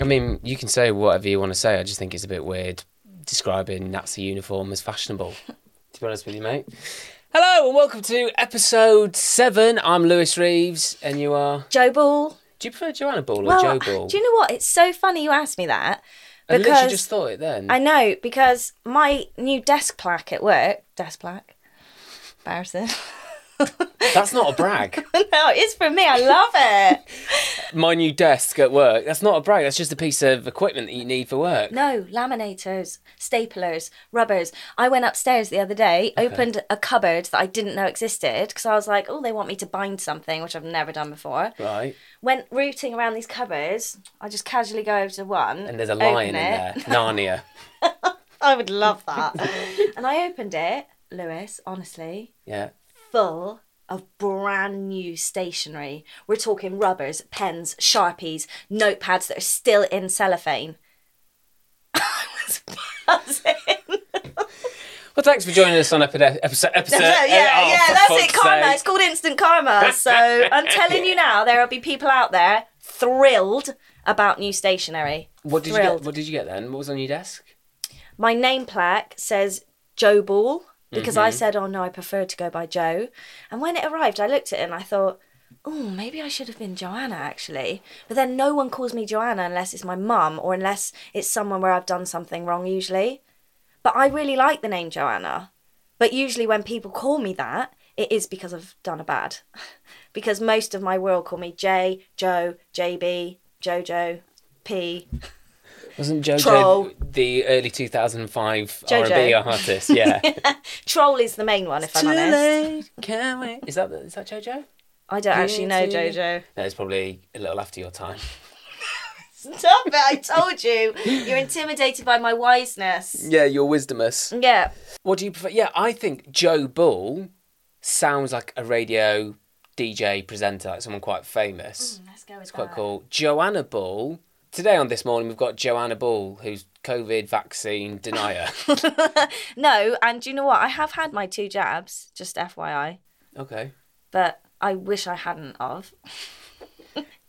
I mean, you can say whatever you want to say. I just think it's a bit weird describing Nazi uniform as fashionable. to be honest with you, mate. Hello and welcome to episode seven. I'm Lewis Reeves, and you are. Joe Ball. Do you prefer Joanna Ball or Well, Joe Ball? do you know what? It's so funny you asked me that I literally because just thought it then. I know because my new desk plaque at work, desk plaque, embarrassing. That's not a brag. no, it's for me. I love it. My new desk at work. That's not a brag. That's just a piece of equipment that you need for work. No, laminators, staplers, rubbers. I went upstairs the other day, opened a cupboard that I didn't know existed because I was like, oh, they want me to bind something, which I've never done before. Right. Went rooting around these cupboards. I just casually go over to one. And there's a open lion in it. there. Narnia. I would love that. and I opened it, Lewis, honestly, Yeah. full of brand new stationery. We're talking rubbers, pens, sharpies, notepads that are still in cellophane. I was buzzing. Well, thanks for joining us on episode episode. episode yeah, oh, yeah, for that's it. fuck's Karma. sake. It's called instant karma. So I'm telling you now, there'll be people out there thrilled about new stationery. What did you thrilled. get? What did you get then? What was on your desk? my name plaque says Joe Ball because I said, "Oh no, I prefer to go by Joe." And when it arrived, I looked at it and I thought, "Oh, maybe I should have been Joanna actually." But then no one calls me Joanna unless it's my mum or unless it's someone where I've done something wrong usually. But I really like the name Joanna. But usually when people call me that, it is because I've done a bad. because most of my world call me J, Joe, JB, Jojo, P. Wasn't JoJo Troll. the early 2005 JoJo. R&B artist? Yeah. Troll is the main one if I'm honest. can we? Is that is that JoJo? I don't actually know Guilty. Jojo. No, it's probably a little after your time. Stop it! I told you. You're intimidated by my wiseness. Yeah, you're wisdomous. Yeah. What do you prefer? Yeah, I think Joe Bull sounds like a radio DJ presenter, like someone quite famous. Let's go with Quite cool. Joanna Bull. Today on this morning, we've got Joanna Bull, who's COVID vaccine denier. No, and do you know what? I have had my two jabs, just FYI, okay. but I wish I hadn't of.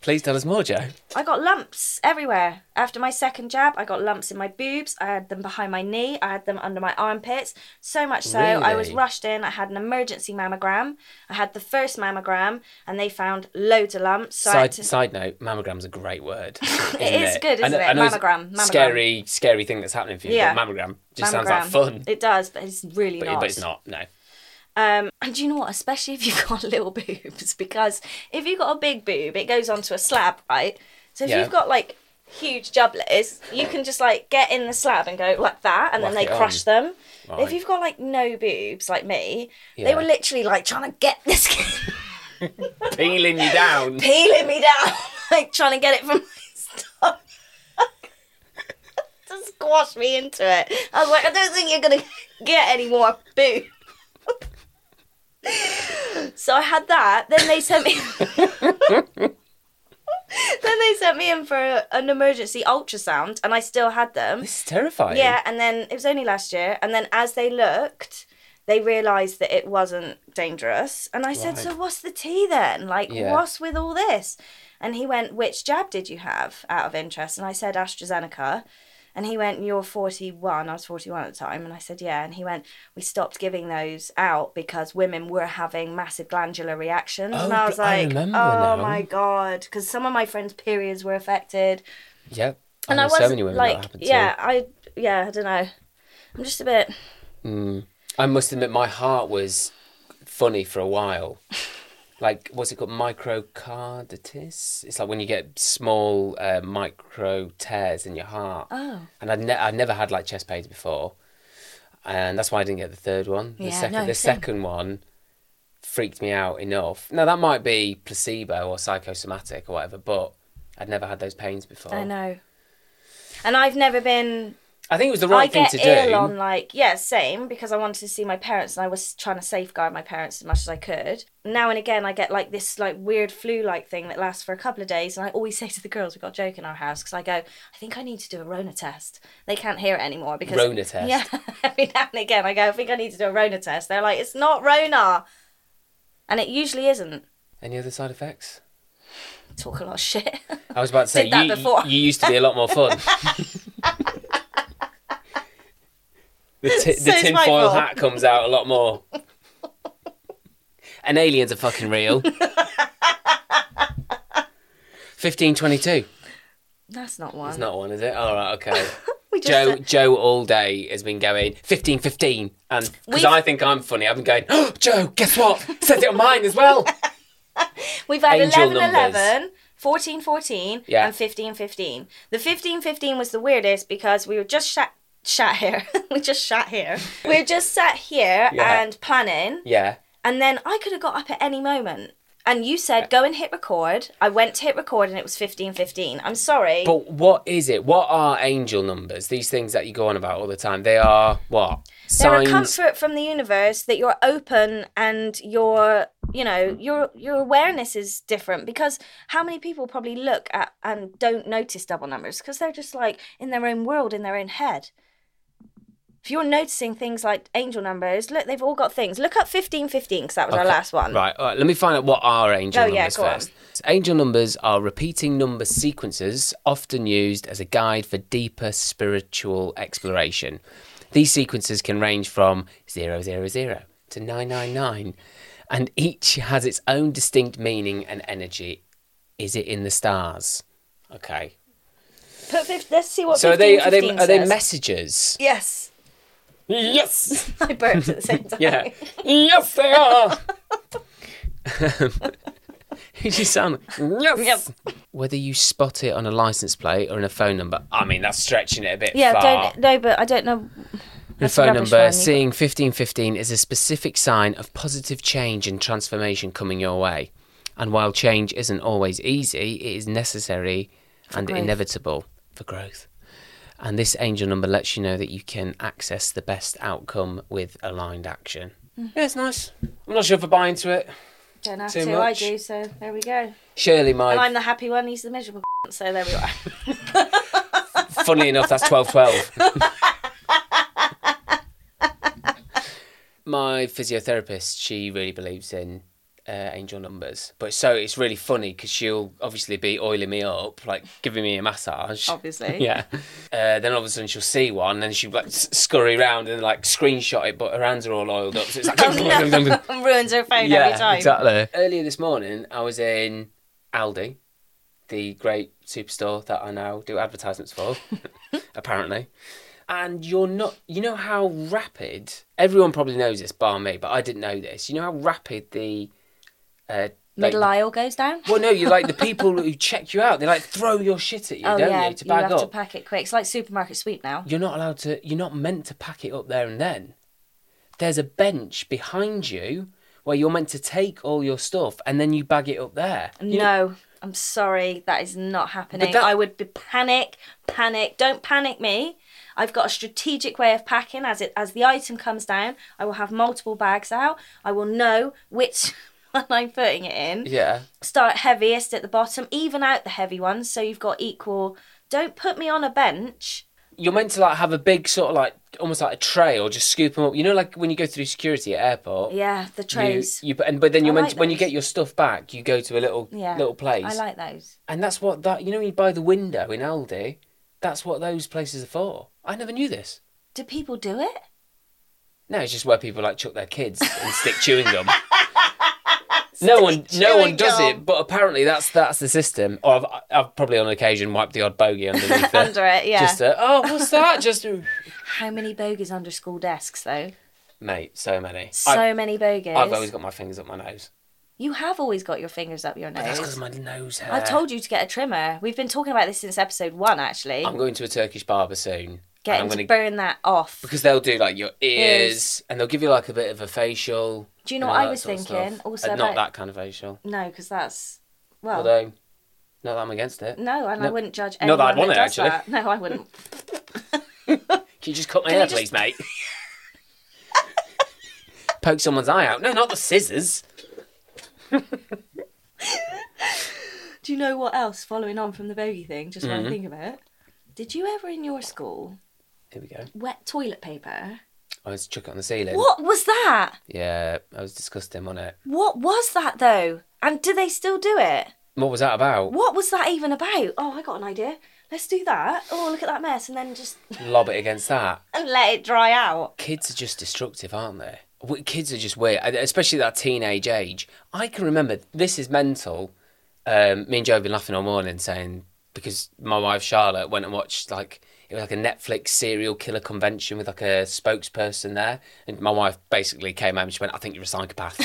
Please tell us more, Joe. I got lumps everywhere. After my second jab, I got lumps in my boobs. I had them behind my knee. I had them under my armpits. So much so, I was Really? rushed in. I had an emergency mammogram. I had the first mammogram, and they found loads of lumps. So I had Side, to- side note, mammogram's a great word. Isn't It is good, I isn't know- it? I know it's Mammogram, mammogram. Scary, scary thing that's happening for you. Yeah. But mammogram just sounds like Mammogram. fun. It does, but it's really But, not. but it's not, no. Um, and do you know what? Especially if you've got little boobs, because if you've got a big boob, it goes onto a slab, right? So if Yeah. you've got like huge jubblers, you can just like get in the slab and go like that, and then Whack they it crush them. Right. If you've got like no boobs, like me, Yeah. they were literally like trying to get this, Peeling you down. peeling me down, like trying to get it from my stomach. to squash me into it. I was like, I don't think you're gonna get any more boo. so I had that. Then they sent me. then they sent me in for a- an emergency ultrasound, and I still had them. This is terrifying. Yeah, and then it was only last year, and then as they looked. They realised that it wasn't dangerous. And I said, Right. So, what's the tea then? Like, Yeah. what's with all this? And he went, Which jab did you have out of interest? And I said, AstraZeneca. And he went, You're 41. I was 41 at the time. And I said, Yeah. And he went, We stopped giving those out because women were having massive glandular reactions. and Oh, I was bl- I like, remember Oh now." my God. Because some of my friends' periods were affected. Yeah. And I, know was so many women like, that happened to. Yeah, I, yeah, I don't know. I'm just a bit. I must admit, my heart was funny for a while. Like, what's it called? Microcarditis? It's like when you get small uh, micro tears in your heart. Oh. And I'd, ne- I'd never had like chest pains before. And that's why I didn't get the third one. The, Yeah, second, no, the same. second one freaked me out enough. Now, that might be placebo or psychosomatic or whatever, but I'd never had those pains before. I know. And I've never been I think it was the right I thing get to ill do. on like yeah, same because I wanted to see my parents and I was trying to safeguard my parents as much as I could. Now and again, I get like this like weird flu-like thing that lasts for a couple of days, and I always say to the girls, "We've got a joke in our house," because I go, "I think I need to do a Rona test." They can't hear it anymore because Rona test. Yeah, every now and again, I go, "I think I need to do a Rona test." They're like, "It's not Rona," and it usually isn't. Any other side effects? talk a lot of shit. I was about to say Did that you, before. you used to be a lot more fun. the ti the So it's tinfoil my fault. hat comes out a lot more. and aliens are fucking real. 1522. That's not one. It's not one, is it? All right, okay. we just Joe, said- Joe all day has been going 1515. And because We've- I think I'm funny, I've been going, oh, Joe, guess what? Says it on mine as well. We've had Angel 11 numbers. 11, 14 14, Yeah. and 15 15. The 15 15 was the weirdest because we were just shat, shat here. we just shat here. we were just sat here Yeah. and planning, Yeah. and then I could have got up at any moment. And you said, go and hit record. I went to hit record and it was 15 15. I'm sorry. But what is it? What are angel numbers? These things that you go on about all the time. They are what? They're a Signs. comfort from the universe that you're open and your, you know, your your awareness is different because how many people probably look at and don't notice double numbers because they're just like in their own world in their own head. If you're noticing things like angel numbers, look, they've all got things. Look up fifteen fifteen because that was our Okay, last one. Right, all right, let me find out what are angel Oh, yeah, numbers go on. first. Angel numbers are repeating number sequences often used as a guide for deeper spiritual exploration. These sequences can range from 000 to 999, and each has its own distinct meaning and energy. Is it in the stars? Okay. Put fif- let's see what. So are they are they 15, are they says. messages? yes, Yes. I burped at the same time. Yeah. yes, they are. you just sound yes. Yes. Whether you spot it on a license plate or in a phone number, I mean that's stretching it a bit Yeah, far. don't no, but I don't know. The That's a phone rubbish number one. seeing fifteen fifteen is a specific sign of positive change and transformation coming your way. And while change isn't always easy, it is necessary and growth. inevitable for growth. And this angel number lets you know that you can access the best outcome with aligned action. Mm-hmm. Yeah, it's nice. I'm not sure if I buy into it. Don't have Too to. much. I do. So there we go. Shirley, And my I'm the happy one. He's the miserable. So there we are. funnily enough, that's twelve twelve. my physiotherapist, she really believes in uh, angel numbers, but so it's really funny because she'll obviously be oiling me up, like giving me a massage. Obviously. Yeah. Uh, then all of a sudden she'll see one, and she'll like s- scurry round and like screenshot it, but her hands are all oiled up. So it's like Oh, Ruins her phone every time. exactly. Earlier this morning, I was in Aldi, the great superstore that I now do advertisements for, apparently. And you're not, you know how rapid, everyone probably knows this, bar me, but I didn't know this. You know how rapid the. Uh, like- Middle aisle goes down. well, no, you like the people who check you out. They like throw your shit at you, oh don't yeah, you, to bag have up? to pack it quick. It's like supermarket sweep now. you're not allowed to you're not meant to pack it up there and then there's a bench behind you where you're meant to take all your stuff and then you bag it up there You know- No, I'm sorry, that is not happening. But that- I would be panic, panic. Don't panic me. I've got a strategic way of packing. As it as the item comes down, I will have multiple bags out. I will know which one I'm putting it in. yeah Start heaviest at the bottom, even out the heavy ones, so you've got equal. Don't put me on a bench you're meant to like have a big sort of like almost like a tray or just scoop them up you know like when you go through security at airport Yeah, the trays. You, you and but then you're I meant like to- when you those. get your stuff back you go to a little yeah, little place I like those. and that's what that you know when you buy the window in Aldi that's what those places are for I never knew this Do people do it? No, it's just where people like chuck their kids and stick chewing gum. no one, no one chewing does gum. it. But apparently, that's that's the system. Or I've, I've probably on occasion wiped the odd bogey underneath the, Under it, yeah. Just a, oh, what's that? Just How many bogies under school desks though? mate, so many. So I, many bogies. I've always got my fingers up my nose. You have always got your fingers up your That's uh, because nose. my nose hair. I've told you to get a trimmer. We've been talking about this since episode one, actually. I'm going to a Turkish barber soon. and I'm Getting gonna, to burn that off. because they'll do like your ears, Ears. and they'll give you like a bit of a facial. Do you know and what all I that was sort of thinking? stuff. Also Uh, about- not that kind of facial. No, because that's well. Although, not that I'm against it. no, and I No. wouldn't judge Not anyone that I'd want that it, does actually. that. No, I wouldn't. Can you just cut my Can hair, you please, just- mate? Poke someone's eye out. No, not the scissors. Do you know what else? Following on from the bogey thing, just Mm-hmm. when I think about it, did you ever in your school Here we go. wet toilet paper? I was chuck it on the ceiling. What was that? Yeah, I was disgusting on it. What was that though? And do they still do it? What was that about? What was that even about? Oh, I got an idea. Let's do that. Oh, look at that mess, and then just Lob it against that. and let it dry out. Kids are just destructive, aren't they? W- Kids are just weird, and especially that teenage age. I can remember this is mental. Um, me and Joe have been laughing all morning, saying because my wife Charlotte went and watched like it was like a Netflix serial killer convention with like a spokesperson there, and my wife basically came home and she went, "I think you're a psychopath."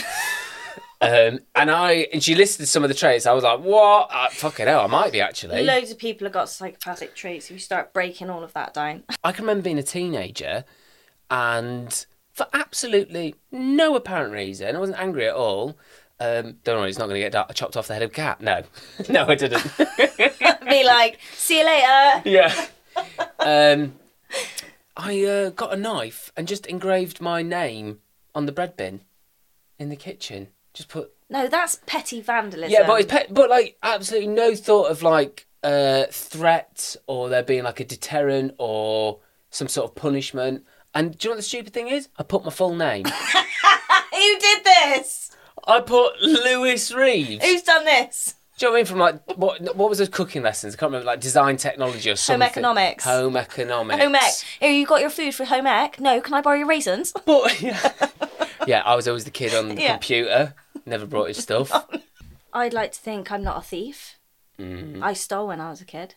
um, and I and she listed some of the traits. I was like, "What? Uh, fucking hell, I might be actually." Loads of people have got psychopathic traits. If you start breaking all of that down, I can remember being a teenager and for absolutely no apparent reason, I wasn't angry at all. Um, don't worry, it's not going to get da- chopped off the head of a cat. No, no, I didn't. be like, see you later. yeah. Um, I uh, got a knife and just engraved my name on the bread bin in the kitchen. Just put No, that's petty vandalism. yeah, but it's pet, but like absolutely no thought of like uh, threat or there being like a deterrent or some sort of punishment. And do you know what the stupid thing is? I put my full name. who did this? I put Lewis Reeves. Who's done this? Do you know what I mean? From like what what was those cooking lessons? I can't remember. Like design technology or something. economics. Home economics. Home ec. Oh, you got your food for home ec? No, can I borrow your raisins? But yeah, yeah. I was always the kid on the Yeah. computer. Never brought his stuff. I'd like to think I'm not a thief. Mm-hmm. I stole when I was a kid.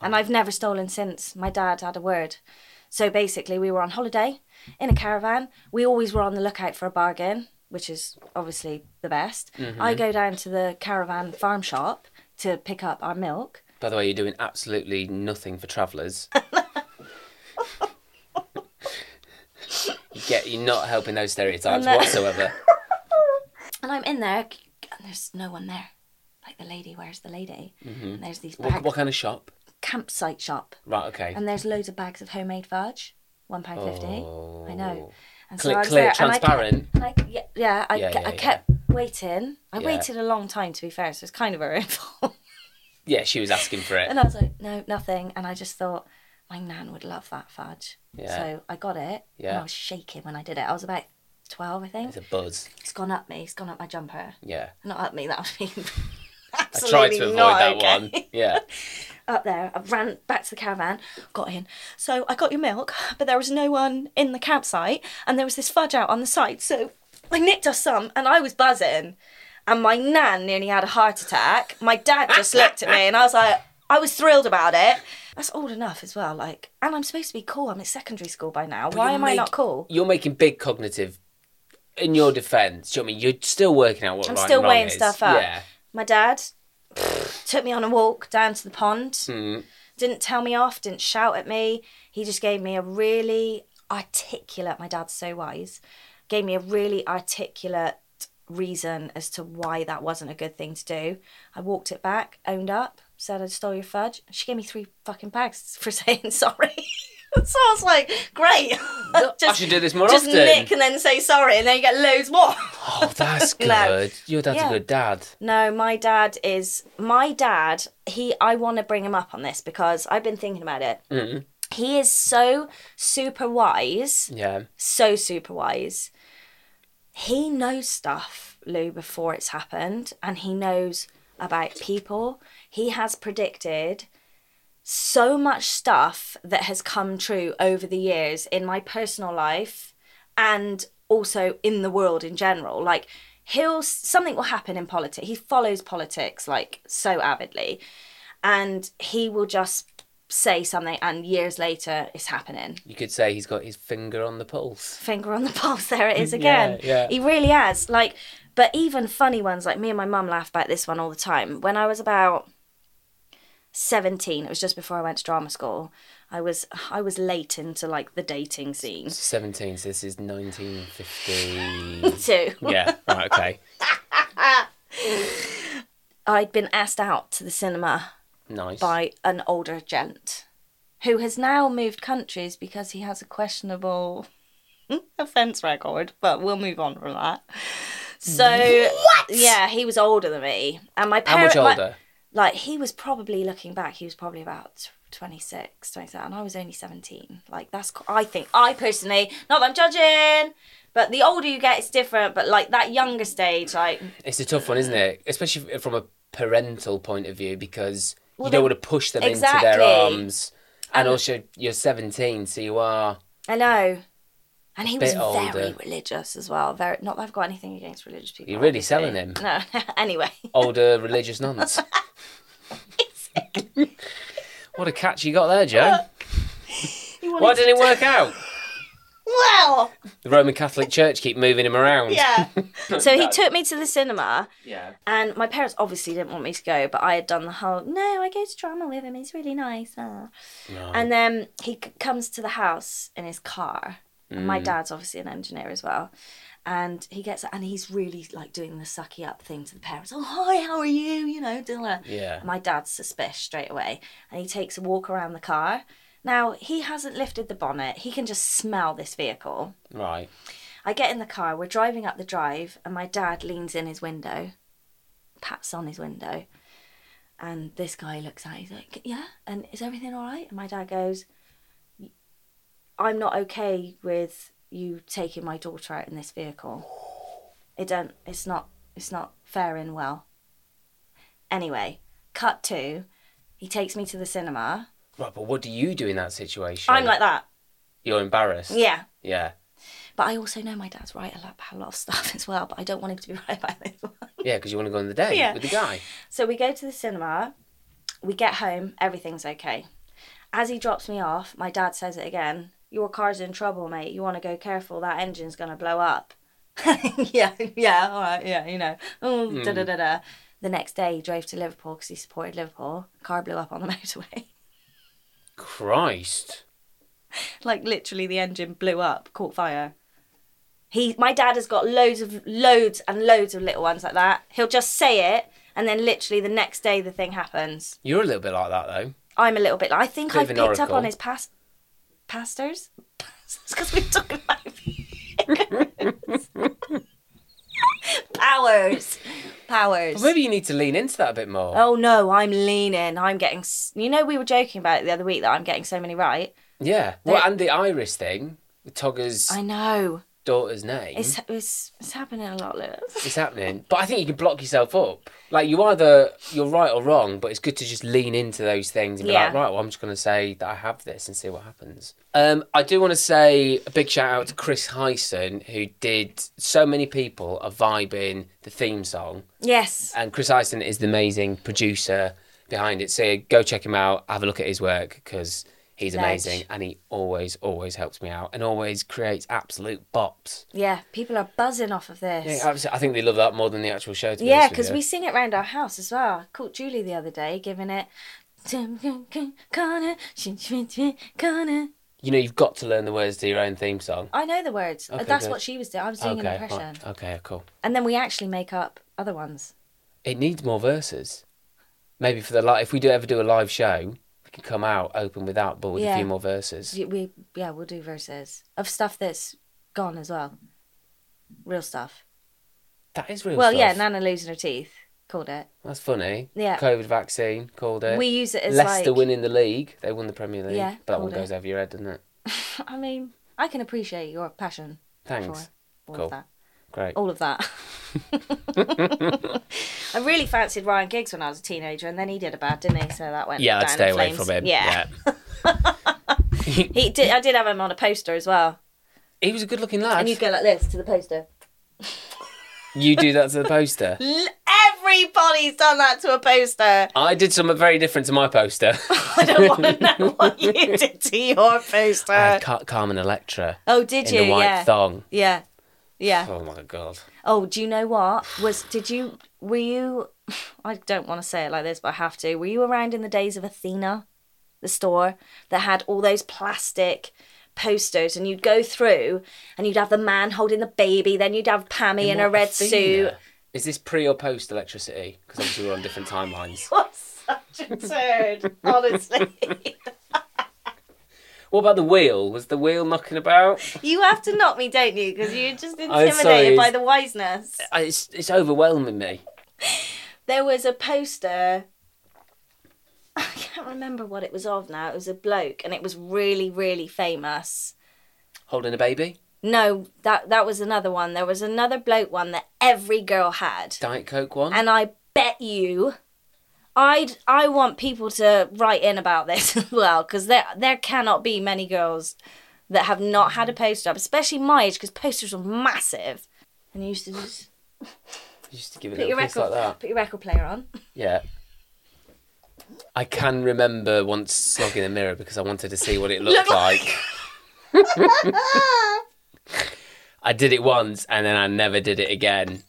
And Oh. I've never stolen since. My dad had a word. So basically, we were on holiday in a caravan. We always were on the lookout for a bargain, which is obviously the best. I Mm-hmm. go down to the caravan farm shop to pick up our milk. By the way, you're doing absolutely nothing for travellers. you get you're not helping those stereotypes No. whatsoever. And I'm in there, and there's no one there. Like the lady, where's the lady? And there's these bags, Mm-hmm. What, what kind of shop? campsite shop. Right. Okay. And there's loads of bags of homemade fudge, one pound fifty. I Oh. know. And Clear- I was clear, there, and I kept- transparent. and I yeah, yeah, I, Yeah, ke- yeah, I yeah. kept waiting. I Yeah. waited a long time to be fair, so it's kind of her own fault. Yeah, she was asking for it. and I was like, no, nothing. And I just thought my nan would love that fudge. Yeah. So I got it. And Yeah. I was shaking when I did it. I was about twelve, I It's think. a buzz. It's gone up me. It's gone up my jumper. Yeah. Not up me. That would be. I tried Absolutely to avoid not that okay. one. Yeah. up there. I ran back to the caravan, got in. So I got your milk, but there was no one in the campsite, and there was this fudge out on the side. So I nicked us some, and I was buzzing. And my nan nearly had a heart attack. My dad just looked at me, and I was like, I was thrilled about it. That's old enough as well. Like, and I'm supposed to be cool. I'm at secondary school by now. Why You're am I make- not cool? You're making big cognitive. In your defence, do you know what I mean? You're still working out what I'm right and still wrong weighing is. stuff up. Yeah. My dad took me on a walk down to the pond. Hmm. Didn't tell me off, didn't shout at me. He just gave me a really articulate, my dad's so wise, gave me a really articulate reason as to why that wasn't a good thing to do. I walked it back, owned up, said I stole your fudge. She gave me three fucking bags for saying sorry. so I was like, great. I should do this more just often. nick and then say sorry, and then you get loads more. Oh, that's good. No. Your dad's Yeah. a good dad. No, my dad is my dad. He, I want to bring him up on this because I've been thinking about it. He is so super wise, Yeah. so super wise. He knows stuff, Lou, before it's happened, and he knows about people. He has predicted so much stuff that has come true over the years in my personal life and also in the world in general. Like he'll something will happen in politics. He follows politics like so avidly, and he will just say something, and years later, it's happening. You could say he's got his finger on the pulse. Finger on the pulse. There it is again. yeah. He really has. Like, but even funny ones like me and my mum laugh about this one all the time. When I was about 17 it was just before i went to drama school i was i was late into like the dating scene 17, so this is 1950. too yeah, right, okay. I'd been asked out to the cinema Nice. by an older gent who has now moved countries because he has a questionable offence record, but we'll move on from that. So, yeah, he was older than me. And my How parents. much older? like, he was probably looking back, he was probably about. 26, 27, and I was only 17. Like, that's, qu- I think, I personally, not that I'm judging, but the older you get, it's different. But like that younger stage, like, It's a tough one, isn't it? Especially from a parental point of view because Well, you don't they- want to push them into Exactly. their arms. And also, you're 17, so you are. I know. And he was Bit older. very religious as well. Very not that I've got anything against religious people. You're really obviously. selling him. No. anyway. older religious nuns. what a catch you got there, Joe. You Why wanted- didn't it work out? Well, The Roman Catholic Church keep moving him around. yeah. so he took me to the cinema, Yeah. and my parents obviously didn't want me to go, but I had done the whole no, I go to drama with him. He's really nice. ah." And then he c- comes to the house in his car. And my dad's obviously an engineer as well. And he gets and he's really like doing the sucky up thing to the parents. Oh hi, how are you? You know, doing that. Yeah. My dad's suspicious straight away, and he takes a walk around the car. Now he hasn't lifted the bonnet. He can just smell this vehicle. Right. I get in the car, we're driving up the drive, and my dad leans in his window, pats on his window, and this guy looks at it, he's like, Yeah, and is everything all right? And my dad goes, I'm not okay with you taking my daughter out in this vehicle. It don't it's not it's not faring well. Anyway, cut to he takes me to the cinema. Right, but what do you do in that situation? I'm like that. You're embarrassed. Yeah. Yeah. But I also know my dad's right about a lot of stuff as well, but I don't want him to be right about this one. Yeah, because you want to go on the date Yeah. with the guy. So we go to the cinema, we get home, everything's okay. As he drops me off, my dad says it again Your car's in trouble, mate. You want to go careful, that engine's going to blow up. yeah, yeah, all right, yeah, you know. Oh, da da da da. The next day, he drove to Liverpool because he supported Liverpool. Car blew up on the motorway. Christ. like, literally, the engine blew up, caught fire. He, my dad has got loads of loads and loads of little ones like that. He'll just say it, and then literally the next day, the thing happens. You're a little bit like that, though. I'm a little bit. I think Bit I've of an picked up oracle. on his past pastors. because we're talking about powers, powers. Maybe you need to lean into that a bit more. Oh no, I'm leaning. I'm getting. s- You know, we were joking about it the other week that I'm getting so many right. Yeah. Well, and the Iris thing with Togger's I know. daughter's name. It's it's it's happening a lot, Lewis. It's happening. But I think you can block yourself up. Like you either you're right or wrong, but it's good to just lean into those things and be like, Yeah. right, well, I'm just going to say that I have this and see what happens. Um, I do want to say a big shout out to Chris Hyson, who did so many people are vibing the theme song, Yes. and Chris Hyson is the amazing producer behind it. So go check him out, have a look at his work because he's Ledge. amazing, and he always, always helps me out, and always creates absolute bops. Yeah. People are buzzing off of this. Yeah, absolutely. I think they love that more than the actual show. To be Yeah, honest with because you. we sing it round our house as well. I caught Julie the other day giving it. I you know, you've got to learn the words to your own theme song. know the words. Okay, That's good. what she was doing. I was doing an okay, impression. fine. okay, cool. And then we actually make up other ones. It needs more verses. Maybe for the like, if we do ever do a live show, we can come out open without, but with a Yeah. few more verses. We, we- yeah, we'll do verses of stuff that's gone as well. Real stuff. That is real. well, yeah, stuff. Nana losing her teeth. Called it. that's funny. Yeah. COVID vaccine called it. We use it as Leicester like. winning the league. They won the Premier League. Yeah, but that one called it. goes over your head, doesn't it? I mean, I can appreciate your passion Thanks. for all Cool. of that. Great. all of that. I really fancied Ryan Giggs when I was a teenager, and then he did a bad, didn't he? So that went. yeah, down I'd stay in away flames. from him. Yeah. he did. I did have him on a poster as well, he was a good-looking lad. and you'd go like this to the poster. you do that to the poster. L- Everybody's done that to a poster. I did something very different to my poster. I don't want to know what you did to your poster. I had Car- Carmen Electra oh, did in you? the white yeah. thong. yeah. Yeah. Oh my god. Oh, do you know what was? Did you? Were you? I don't want to say it like this, but I have to. Were you around in the days of Athena, the store that had all those plastic posters, and you'd go through, and you'd have the man holding the baby, then you'd have Pammy in a What red Athena? suit. Is this pre or post electricity? Because obviously we're on different timelines. What such a turd, honestly. What about the wheel? Was the wheel knocking about? you have to knock me, don't you? Because you're just I'm intimidated sorry, by it's- the wiseness. I- Uh, It's, it's overwhelming me. there was a poster. I can't remember what it was of now. It was a bloke, and it was really, really famous. Holding a baby, No, that that was another one. There was another bloke one that every girl had, Diet Coke one. and I bet you I'd I want people to write in about this as well because there there cannot be many girls that have not had a poster up, especially my age because posters were massive. And you used to just You used to give it a put your little kiss record like that. put your record player on. Yeah. I can remember once slogging a mirror because I wanted to see what it looked Look like. I did it once and then I never did it again.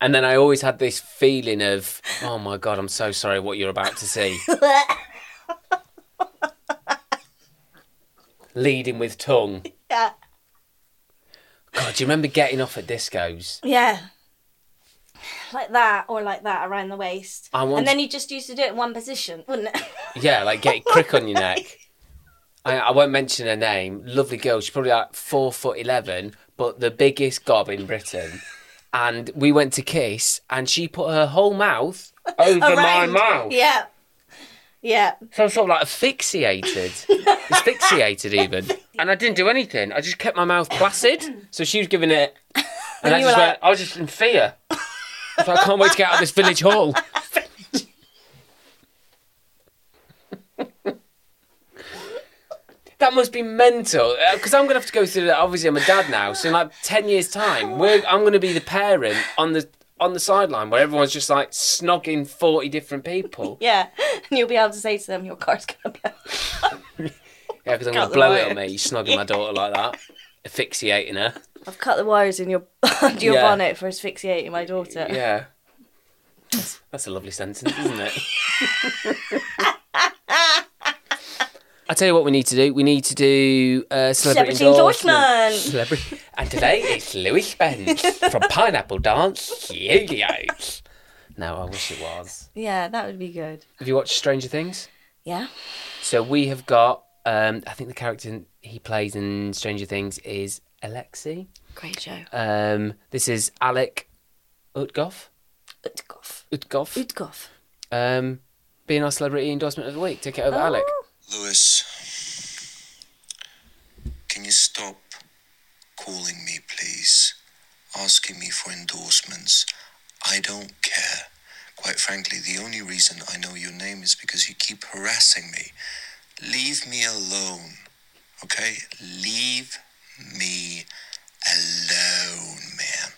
And then I always had this feeling of, oh my God, I'm so sorry what you're about to see. Leading with tongue. yeah. God, Oh, do you remember getting off at discos? Yeah. Like that, or like that around the waist. I want- And then you just used to do it in one position, wouldn't it? Yeah, like get crick on your neck. I, I won't mention her name. Lovely girl. She's probably like four foot eleven, but the biggest gob in Britain. And we went to kiss, and she put her whole mouth over my Around. mouth. Yeah. Yeah. So I'm sort of like asphyxiated, asphyxiated even. And I didn't do anything. I just kept my mouth placid. So she was giving it, and, I you just were went. I was just in fear. I, was like, I can't wait to get out of this village hall. That must be mental because I'm gonna have to go through that. Obviously, I'm a dad now, so in like ten years' time, we're, I'm gonna be the parent on the on the sideline where everyone's just like snogging forty different people. Yeah. And you'll be able to say to them, your car's going to be Yeah, because I'm going Cut to the blow it wires. on me, snogging my daughter like that, asphyxiating her. I've cut the wires in your under your Yeah. bonnet for asphyxiating my daughter. Yeah. That's a lovely sentence, isn't it? I tell you what we need to do. We need to do uh, celebrity, Celebrity endorsement. endorsement. Celebrity. And today it's Louis Spence from Pineapple Dance Studios. No, I wish it was. Yeah, that would be good. Have you watched Stranger Things? Yeah. So we have got. Um, I think the character he plays in Stranger Things is Alexi. Great show. Um, this is Alec Utgoff. Utkoff. Utgoff. Utkoff. Um, being our celebrity endorsement of the week. Take it over, Alec. Oh. Lewis, can you stop calling me, please? Asking me for endorsements. I don't care. Quite frankly, the only reason I know your name is because you keep harassing me. Leave me alone, okay? Leave me alone, man.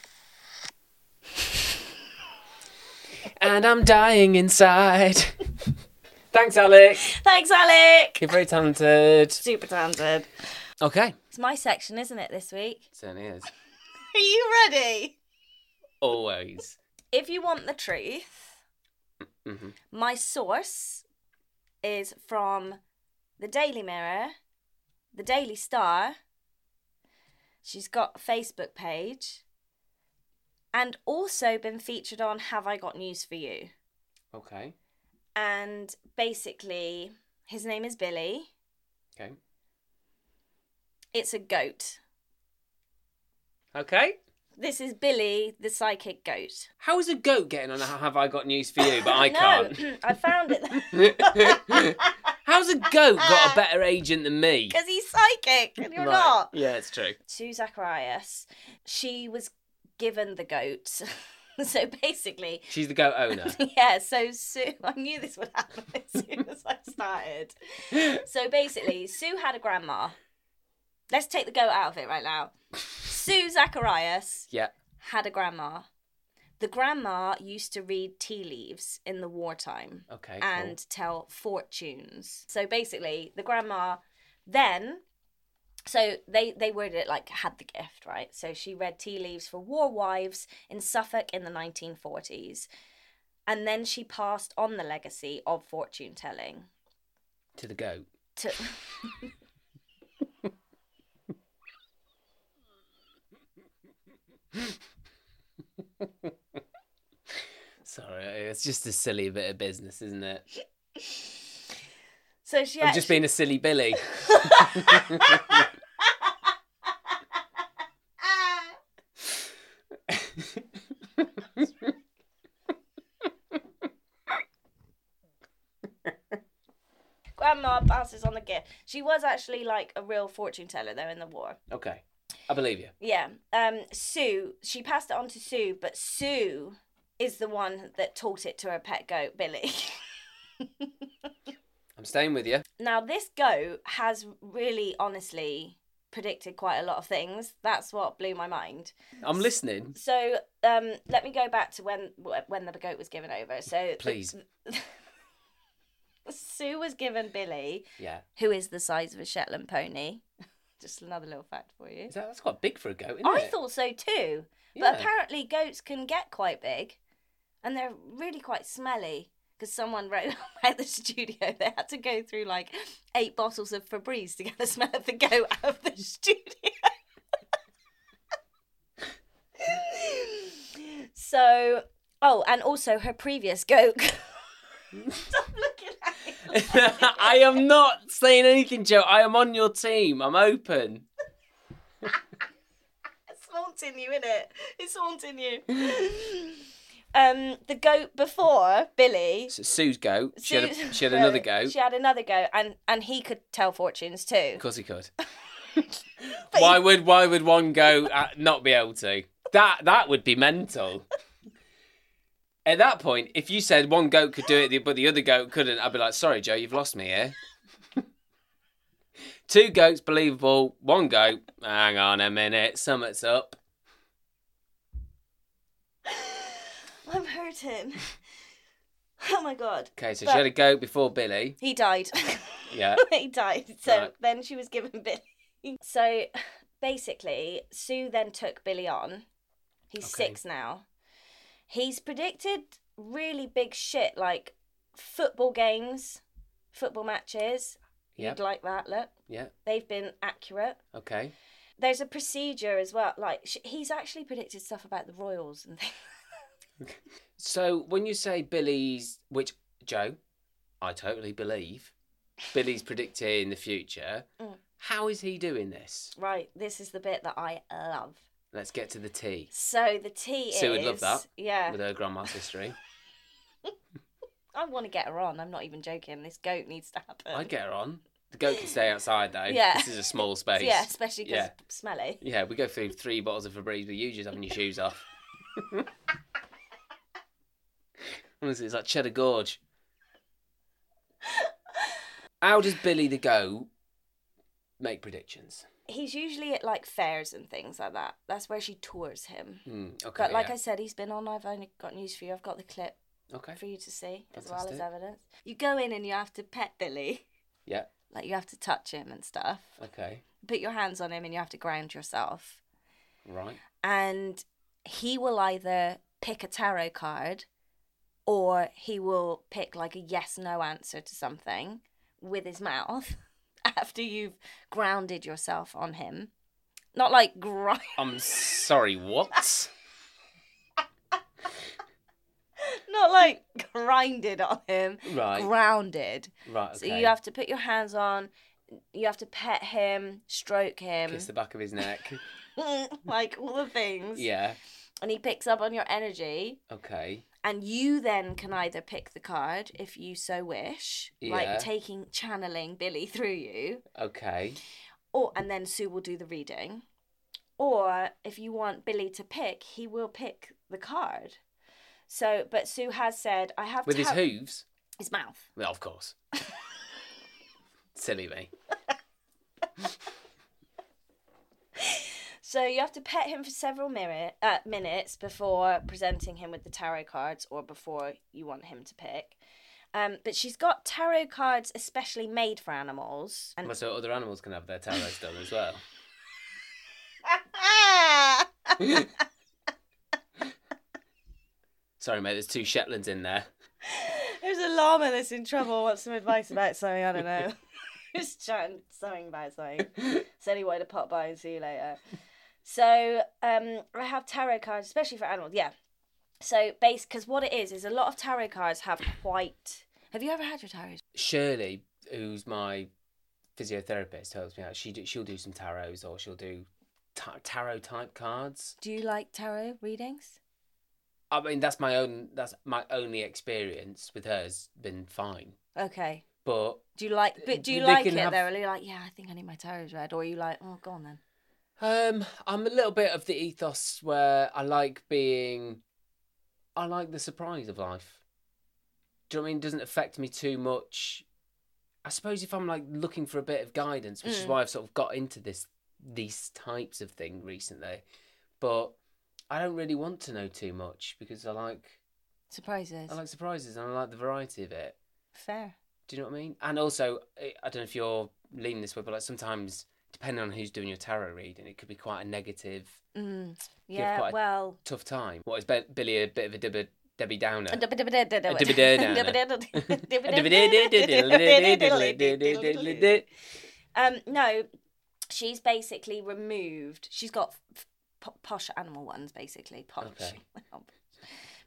And I'm dying inside. Thanks, Alec. Thanks, Alec. You're very talented. Super talented. Okay. It's my section, isn't it, this week? Certainly is. Are you ready? Always. Mm-hmm. If you want the truth, my source is from the Daily Mirror, the Daily Star. She's got a Facebook page and also been featured on Have I Got News for You? Okay. And basically, his name is Billy. Okay. It's a goat. Okay. This is Billy, the psychic goat. How is a goat getting on? a Have I got news for you? But I no, can't. I found it How's a goat got a better agent than me? because he's psychic and you're Right. not. Yeah, it's true. Sue Zacharias, she was given the goat. so basically, She's the goat owner. yeah, so Sue, I knew this would happen as soon as I started. So basically, Sue had a grandma. Let's take the goat out of it right now. Sue Zacharias yeah. had a grandma. The grandma used to read tea leaves in the wartime Okay. and tell fortunes. So basically, the grandma then, so they they worded it like had the gift, right? So she read tea leaves for war wives in Suffolk in the 1940s, and then she passed on the legacy of fortune telling cool. To the goat. to. Sorry, it's just a silly bit of business, isn't it? So she I'm just being a silly Billy. grandma passes on the gift. She was actually like a real fortune teller though in the war. Okay, I believe you. Yeah. Um Sue, she passed it on to Sue, but Sue is the one that taught it to her pet goat Billy. I'm staying with you. Now, this goat has really honestly predicted quite a lot of things. That's what blew my mind. I'm listening. So, um, let me go back to when when the goat was given over. So, Please. Sue was given Billy, Yeah. who is the size of a Shetland pony. Just another little fact for you. Is that, that's quite big for a goat, isn't I it? thought so too, Yeah. but apparently goats can get quite big, and they're really quite smelly. Because someone wrote at the studio, they had to go through like eight bottles of Febreze to get the smell of the goat out of the studio. so, oh, and also her previous goat. Stop looking at me. I am not saying anything, Joe. I am on your team. I'm open. It's haunting you, isn't it? It's haunting you. um, the goat before Billy. So Sue's goat. She had, a, Susan- she had another goat. She had another go, and and he could tell fortunes too. Of course he could. why would why would one go uh, not be able to? That that would be mental. At that point, if you said one goat could do it, but the other goat couldn't, I'd be like, "Sorry, Joe, you've lost me here." Two goats, believable. One goat. Hang on a minute. Summit's up. I'm hurting. Oh my god. Okay, so But- she had a goat before Billy. He died. Yeah. he died. So Uh, Right. then she was given Billy. So basically, Sue then took Billy on. He's Okay. six now. He's predicted really big shit like football games, football matches. Yep. You'd like that, look. Yeah. They've been accurate. Okay. there's a procedure as well. Like sh- he's actually predicted stuff about the royals and things. So when you say Billy's, which Joe, I totally believe, Billy's predicting the future. Mm. How is he doing this? Right, this is the bit that I love. Let's get to the tea So the tea Sue is. would love that. Yeah, with her grandma's history. I want to get her on. I'm not even joking. This goat needs to happen. I'd get her on. The goat can stay outside though. Yeah. This is a small space. Yeah, especially because Yeah. smelly. Yeah, we go through three bottles of Febreze with you just having your shoes off. Honestly, it's like Cheddar Gorge. How does Billy the goat make predictions? He's usually at like fairs and things like that. That's where she tours him. Hmm, okay. But like yeah. I said, he's been on. I've only got news for you. I've got the clip okay. for you to see as well as Fantastic. evidence. You go in and you have to pet Billy. Yeah. Like you have to touch him and stuff. Okay. Put your hands on him and you have to ground yourself. Right. and he will either pick a tarot card or he will pick like a yes no answer to something with his mouth after you've grounded yourself on him not like grind I'm sorry. What? not like grinded on him Right. grounded Right. Okay. so you have to put your hands on you have to pet him stroke him kiss the back of his neck. like all the things yeah. and he picks up on your energy Okay. and you then can either pick the card if you so wish Yeah. like taking channeling billy through you Okay. or and then sue will do the reading or if you want billy to pick he will pick the card so but sue has said i have With to his have- hooves. his mouth Well, of course. Silly me. so you have to pet him for several miri- uh, minutes before presenting him with the tarot cards or before you want him to pick um, but she's got tarot cards especially made for animals and Well, so other animals can have their taros done as well. Sorry, mate. There's two Shetlands in there. There's a llama that's in trouble, wants some advice about something, I don't know. Who's chatting something about something. It's only way to pop by and see you later. So, um, I have tarot cards, especially for animals, yeah. So, base, because what it is, is a lot of tarot cards have white. Have you ever had your tarot? Shirley, who's my physiotherapist, helps me out. She do, she'll do some tarots or she'll do ta- tarot type cards. Do you like tarot readings? I mean, that's my own. That's my only experience with hers. Been fine, Okay. but Do you like but do you They like it can have- though? Are you like, yeah, I think I need my tarot read? Or are you like, oh go on then. Um, I'm a little bit of the ethos where I like being, I like the surprise of life. do you know what I mean? Doesn't affect me too much. I suppose if I'm like looking for a bit of guidance, which is why I've sort of got into this these types of thing recently, but I don't really want to know too much because I like Surprises. I like surprises and I like the variety of it. Fair. Do you know what I mean? And also, I I don't know if you're leaning this way, but like sometimes depending on who's doing your tarot reading, it could be quite a negative, Mm. Yeah. quite a- Well. tough time. What is Be- Billy a bit of a dibba, Debbie Downer? Um, no, she's basically removed. She's got f- po- posh animal ones, basically posh. Okay.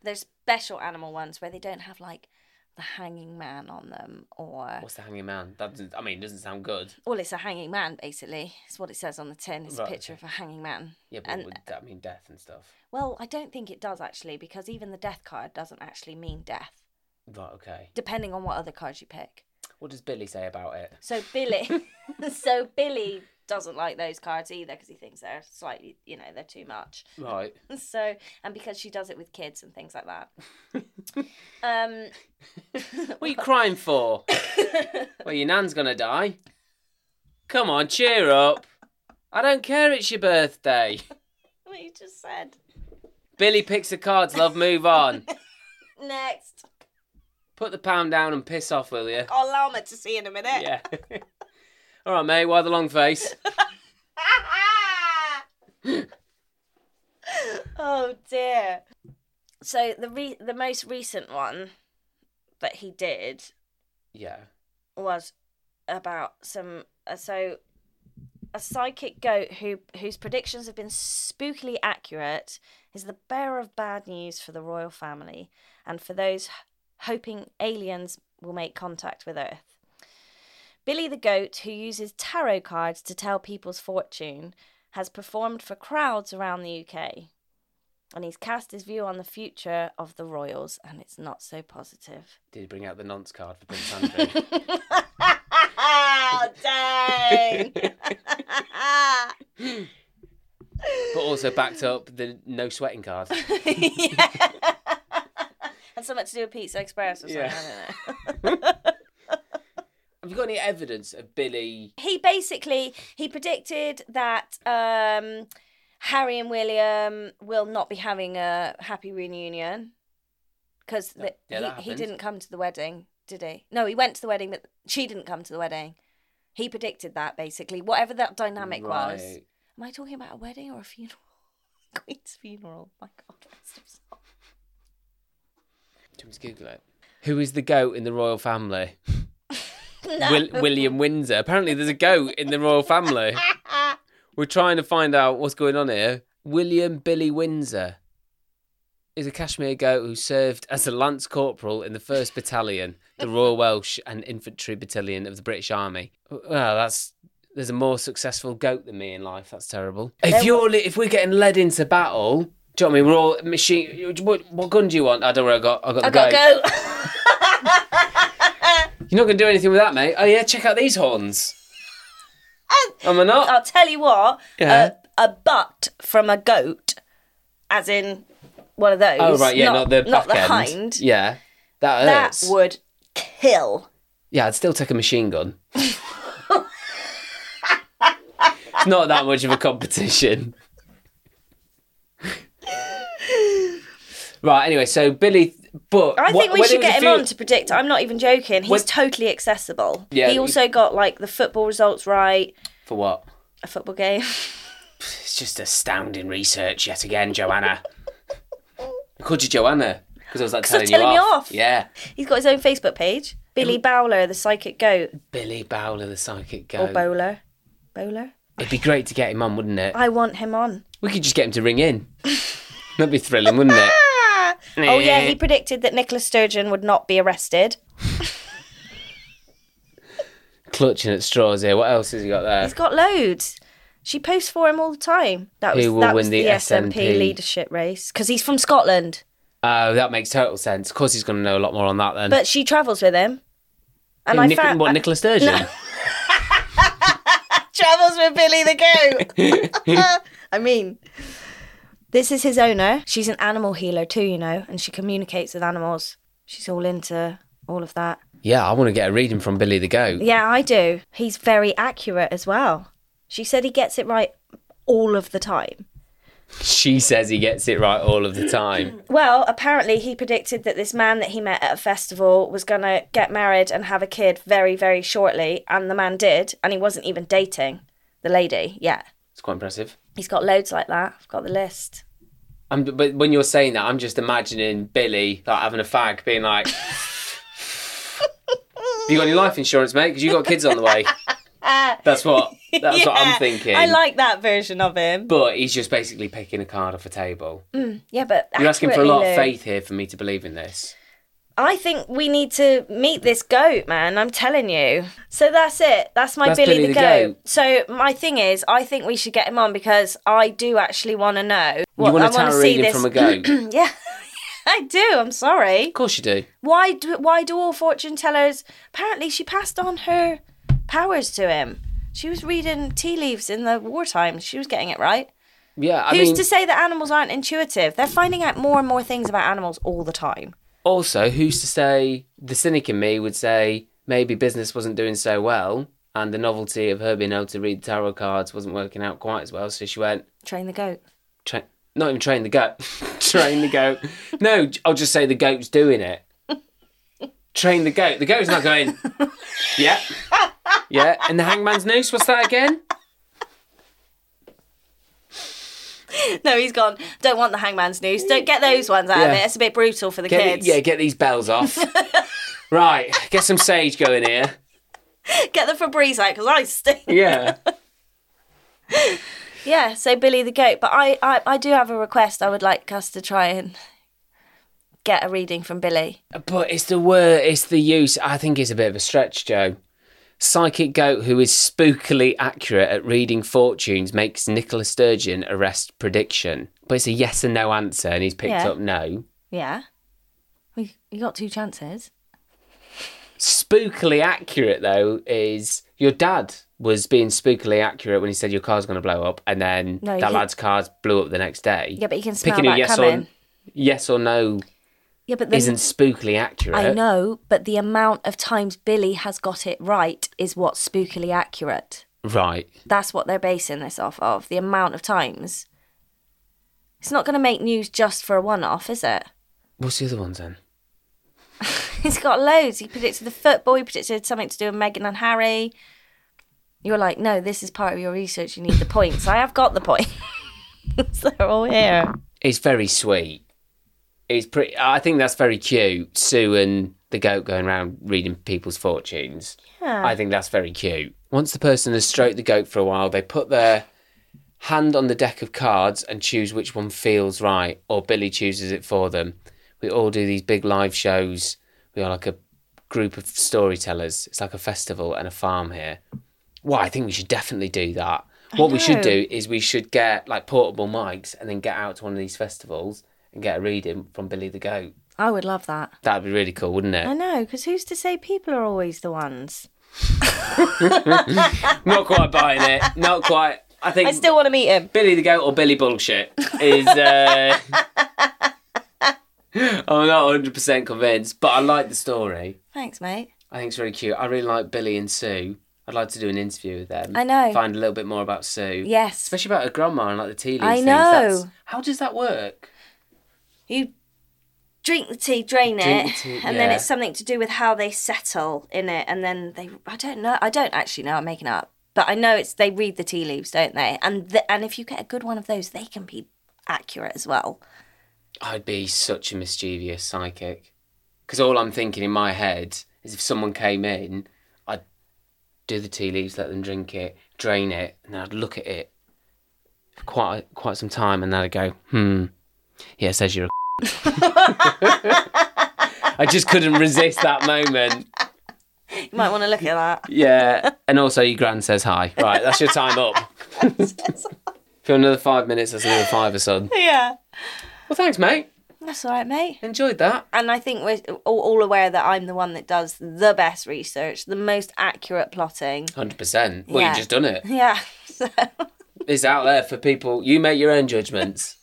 There's special animal ones where they don't have like the hanging man on them, or What's the hanging man? That doesn't, I mean, it doesn't sound good. well, it's a hanging man basically. It's what it says on the tin. It's a Right, picture of a hanging man. Yeah, but And- would that mean death and stuff? Well, I don't think it does actually, because even the death card doesn't actually mean death, Right, okay. depending on what other cards you pick. What does Billy say about it? So Billy, so Billy doesn't like those cards either because he thinks they're slightly, you know, they're too much. Right. So and because she does it with kids and things like that. um, What are you crying for? well, your nan's gonna die. Come on, cheer up. I don't care, it's your birthday. what you just said. Billy picks the cards, love, move on. Next, Put the pound down and piss off, will you? I'll allow me to see in a minute. Yeah. All right, mate, why the long face? oh dear. So the re- the most recent one that he did Yeah. was about some uh, so a psychic goat who whose predictions have been spookily accurate is the bearer of bad news for the royal family and for those h- hoping aliens will make contact with earth billy the goat who uses tarot cards to tell people's fortune has performed for crowds around the uk and he's cast his view on the future of the royals and it's not so positive Did he bring out the nonce card for Prince Andrew? Oh, dang. but also backed up the no sweating card. Had something to do with Pizza Express or something. Yeah. I don't know. Have you got any evidence of Billy? He basically he predicted that um, Harry and William will not be having a happy reunion because yeah, that he, he happened. didn't come to the wedding, did he? No, he went to the wedding, but she didn't come to the wedding. He predicted that basically, whatever that dynamic was. Right. Am I talking about a wedding or a funeral? Queen's funeral. My God, rest his soul. Do you want me to Google it? Who is the goat in the royal family? No. Will- William Windsor. Apparently, there's a goat in the royal family. We're trying to find out what's going on here. William Billy Windsor is a Kashmir goat who served as a lance corporal in the 1st Battalion, the Royal Welsh and Infantry Battalion of the British Army. Well, that's. There's a more successful goat than me in life. That's terrible. If you're, li- if we're getting led into battle, do you know what I mean? We're all machine. What, what gun do you want? I don't know. I got. I got the I gotta goat. go. You're not going to do anything with that, mate. Oh yeah, check out these horns. Am I not? I'll tell you what. Yeah. A, a butt from a goat, as in one of those. oh right, yeah, not, the not the back end. hind. Yeah, that That hurts. would kill. Yeah, I'd still take a machine gun. it's not that much of a competition. right. Anyway, so Billy, but I wh- think we whether should it was a get him few- on to predict. I'm not even joking. He's When- totally accessible. Yeah, he you- also got like the football results right. for what? A football game. It's just astounding research yet again, Joanna. I called you Joanna because I was like I telling, was you telling you off. Yeah, He's got his own Facebook page. Billy Bowler, the psychic goat, Billy Bowler, the psychic or goat. bowler, bowler. It'd be great to get him on, wouldn't it? I want him on. We could just get him to ring in. That'd be thrilling, wouldn't it? Oh yeah, he predicted that Nicola Sturgeon would not be arrested. Clutching at straws here. What else has he got there? He's got loads. She posts for him all the time. That was Who will that win was the the, SNP, SNP? leadership race because he's from Scotland, Oh, that makes total sense. Of course, he's going to know a lot more on that then. but she travels with him. And I Nic- found what, Nicola Sturgeon? travels with Billy the Goat. I mean, this is his owner. She's an animal healer too, you know, and she communicates with animals. She's all into all of that. Yeah, I want to get a reading from Billy the Goat. Yeah, I do. He's very accurate as well. She said he gets it right all of the time. She says he gets it right all of the time. Well, apparently he predicted that this man that he met at a festival was going to get married and have a kid very, very shortly, and the man did, and he wasn't even dating the lady yet. It's quite impressive. He's got loads like that. I've got the list. I'm, but when you're saying that, I'm just imagining Billy like having a fag, being like, "You got any life insurance, mate? Because you got kids on the way." That's what that's what I'm Yeah, thinking. I like that version of him. but he's just basically picking a card off a table. Yeah, but You're asking for a accurately, lot of Lou. faith here for me to believe in this. I think we need to meet this goat, man. I'm telling you. So that's it. That's my That's Billy, Billy the, the goat. Goat. So my thing is, I think we should get him on because I do actually want to know. What, you want I a tarot wanna see reading this. from a goat? of yeah, I do. I'm sorry. course you do. Why do Why do all fortune tellers? Apparently, she passed on her powers to him. She was reading tea leaves in the wartime. She was getting it right. Yeah, I Who's mean, to say that animals aren't intuitive? They're finding out more and more things about animals all the time. also, who's to say the cynic in me would say maybe business wasn't doing so well and the novelty of her being able to read tarot cards wasn't working out quite as well, so she went, Train the goat. tra- not even train the goat, train the goat. No, I'll just say the goat's doing it. Train the goat. The goat's not going, yeah, yeah. And the hangman's noose, what's that again? No, he's gone. Don't want the hangman's noose. Don't get those ones out Yeah. of it. It's a bit brutal for the Get the- kids. yeah, get these bells off. right, get some sage going here. Get the Febreze out because I stink. Yeah. Yeah, so Billy the Goat. But I, I, I do have a request. I would like us to try and get a reading from Billy. But it's the word, it's the use. I think it's a bit of a stretch, Joe. Psychic goat who is spookily accurate at reading fortunes makes Nicola Sturgeon arrest prediction. But it's a yes and no answer, and he's picked Yeah. up no. Yeah. We, you got two chances. Spookily accurate, though, is your dad was being spookily accurate when he said your car's going to blow up, and then No, that he- lad's cars blew up the next day. Yeah, but you can smell Picking a that yes coming. or, yes or no Yeah, but then isn't spookily accurate. I know, but the amount of times Billy has got it right is what's spookily accurate. Right. That's what they're basing this off of. The amount of times. It's not going to make news just for a one-off, is it? What's the other ones then? He's got loads. He predicted the football. He predicted something to do with Meghan and Harry. You're like, no, this is part of your research. You need the points. I have got the points. They're all here. It's very sweet. It's pretty. I think that's very cute. Sue and the goat going around reading people's fortunes. Yeah. I think that's very cute. Once the person has stroked the goat for a while, they put their hand on the deck of cards and choose which one feels right, or Billy chooses it for them. We all do these big live shows. We are like a group of storytellers. It's like a festival and a farm here. Well, I think we should definitely do that. What we should know. do is we should get like portable mics and then get out to one of these festivals and get a reading from Billy the Goat. I would love that. That'd be really cool, wouldn't I it? know, because who's to say people are always the ones? Not quite buying it. Not quite. I think I still want to meet him. Billy the Goat or Billy Bullshit is. Uh, I'm not 100% convinced, but I like the story. Thanks, mate. I think it's really cute. I really like Billy and Sue. I'd like to do an interview with them. I know. Find a little bit more about Sue. Yes. Especially about her grandma and like the tea leaves. I things. know. That's- how does that work? You drink the tea, drain Drink it, the tea, and then yeah. it's something to do with how they settle in it, and then they. I don't know. I don't actually know. I'm making it up, but I know it's they read the tea leaves, don't they? And the, and if you get a good one of those, they can be accurate as well. I'd be such a mischievous psychic. Because all I'm thinking in my head is if someone came in, I'd do the tea leaves, let them drink it, drain it, and then I'd look at it for quite quite some time, and then I'd go, hmm, yeah, it says you're a. I just couldn't resist that moment. You might want to look at that. Yeah, and also your gran says hi. Right, that's your time up. if you're another five minutes, that's another five or son. yeah, Well, thanks, mate. that's all right, mate. Enjoyed that. And I think we're all, all aware that I'm the one that does the best research, the most accurate plotting. Hundred percent. Well, Yeah. you've just done it. Yeah. So. It's out there for people. You make your own judgments.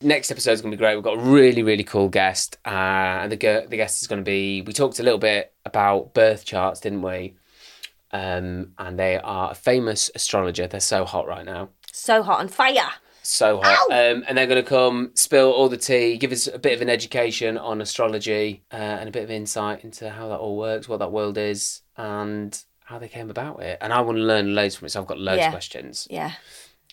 next episode's going to be great. We've got a really, really cool guest. Uh, and the, gu- the guest is going to be, we talked a little bit about birth charts, didn't we? Um, and they are a famous astrologer. They're so hot right now. So hot on fire. So hot. Um, and they're going to come spill all the tea, give us a bit of an education on astrology uh, and a bit of insight into how that all works, what that world is, and how they came about it. And I want to learn loads from it. So I've got loads Yeah. of questions Yeah.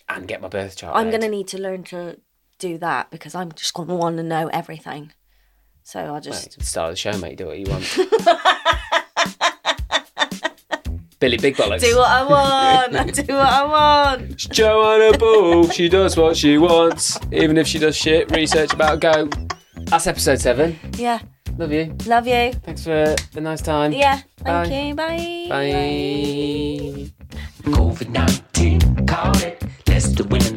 and get my birth chart. I'm read. going to need to learn to do that because I'm just going to want to know everything. So I'll Mate, just. it's the start of the show, mate. Do what you want. Billy Big Bollocks. Do what I want. I do what I want. Joanna Ball. She does what she wants, even if she does shit. Research about go. That's episode seven. Yeah. Love you. Love you. Thanks for the nice time. Yeah. Thank Bye. you. Bye. COVID 19, call it. That's the winning